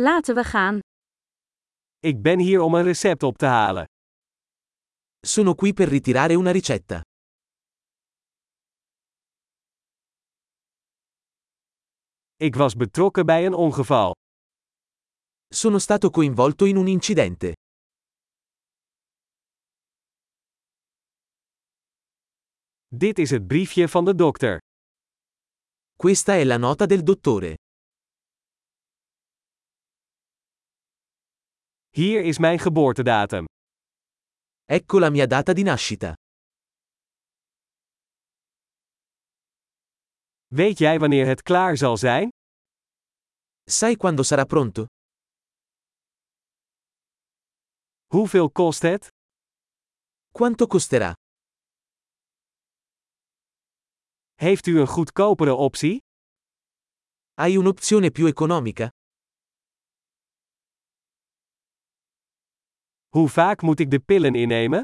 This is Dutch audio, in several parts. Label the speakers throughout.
Speaker 1: Laten we gaan.
Speaker 2: Ik ben hier om een recept op te halen.
Speaker 3: Sono qui per ritirare una ricetta.
Speaker 2: Ik was betrokken bij een ongeval.
Speaker 3: Sono stato coinvolto in un incidente.
Speaker 2: Dit is het briefje van de dokter.
Speaker 3: Questa è la nota del dottore.
Speaker 2: Hier is mijn geboortedatum.
Speaker 3: Ecco la mia data di nascita.
Speaker 2: Weet jij wanneer het klaar zal zijn?
Speaker 3: Sai quando sarà pronto?
Speaker 2: Hoeveel kost het?
Speaker 3: Quanto costerà?
Speaker 2: Heeft u een goedkopere optie?
Speaker 3: Hai un'opzione più economica?
Speaker 2: Hoe vaak moet ik de pillen innemen?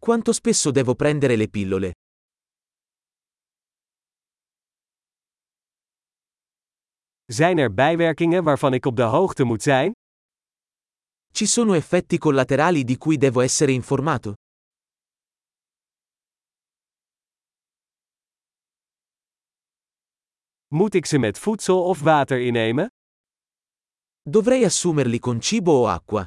Speaker 3: Quanto spesso devo prendere le pillole?
Speaker 2: Zijn er bijwerkingen waarvan ik op de hoogte moet zijn?
Speaker 3: Ci sono effetti collaterali di cui devo essere informato?
Speaker 2: Moet ik ze met voedsel of water innemen?
Speaker 3: Dovrei assumerli con cibo o acqua?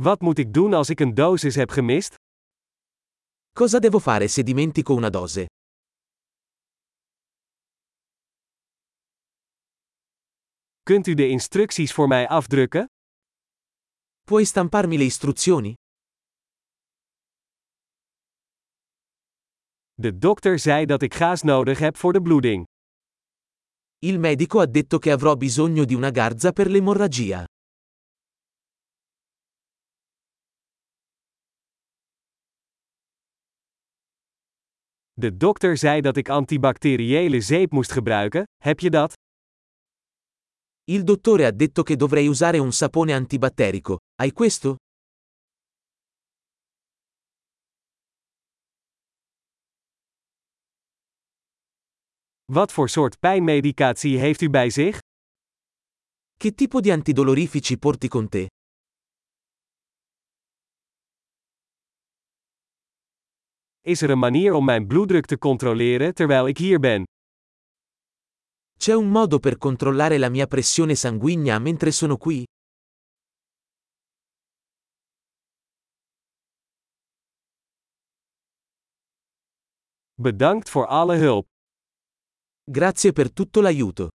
Speaker 2: Wat moet ik doen als ik een dosis heb gemist?
Speaker 3: Cosa devo fare se dimentico una dose?
Speaker 2: Kunt u de instructies voor mij afdrukken?
Speaker 3: Puoi stamparmi le istruzioni?
Speaker 2: De dokter zei dat ik gaas nodig heb voor de bloeding.
Speaker 3: Il medico ha detto che avrò bisogno di una garza per l'emorragia.
Speaker 2: De dokter zei dat ik antibacteriële zeep moest gebruiken. Heb je dat?
Speaker 3: Il dottore ha detto che dovrei usare un sapone antibatterico. Hai questo?
Speaker 2: Wat voor soort pijnmedicatie heeft u bij zich?
Speaker 3: Che tipo di antidolorifici porti con te?
Speaker 2: Is er een manier om mijn bloeddruk te controleren terwijl ik hier ben?
Speaker 3: C'è un modo per controllare la mia pressione sanguigna mentre sono qui?
Speaker 2: Bedankt voor alle hulp.
Speaker 3: Grazie per tutto l'aiuto.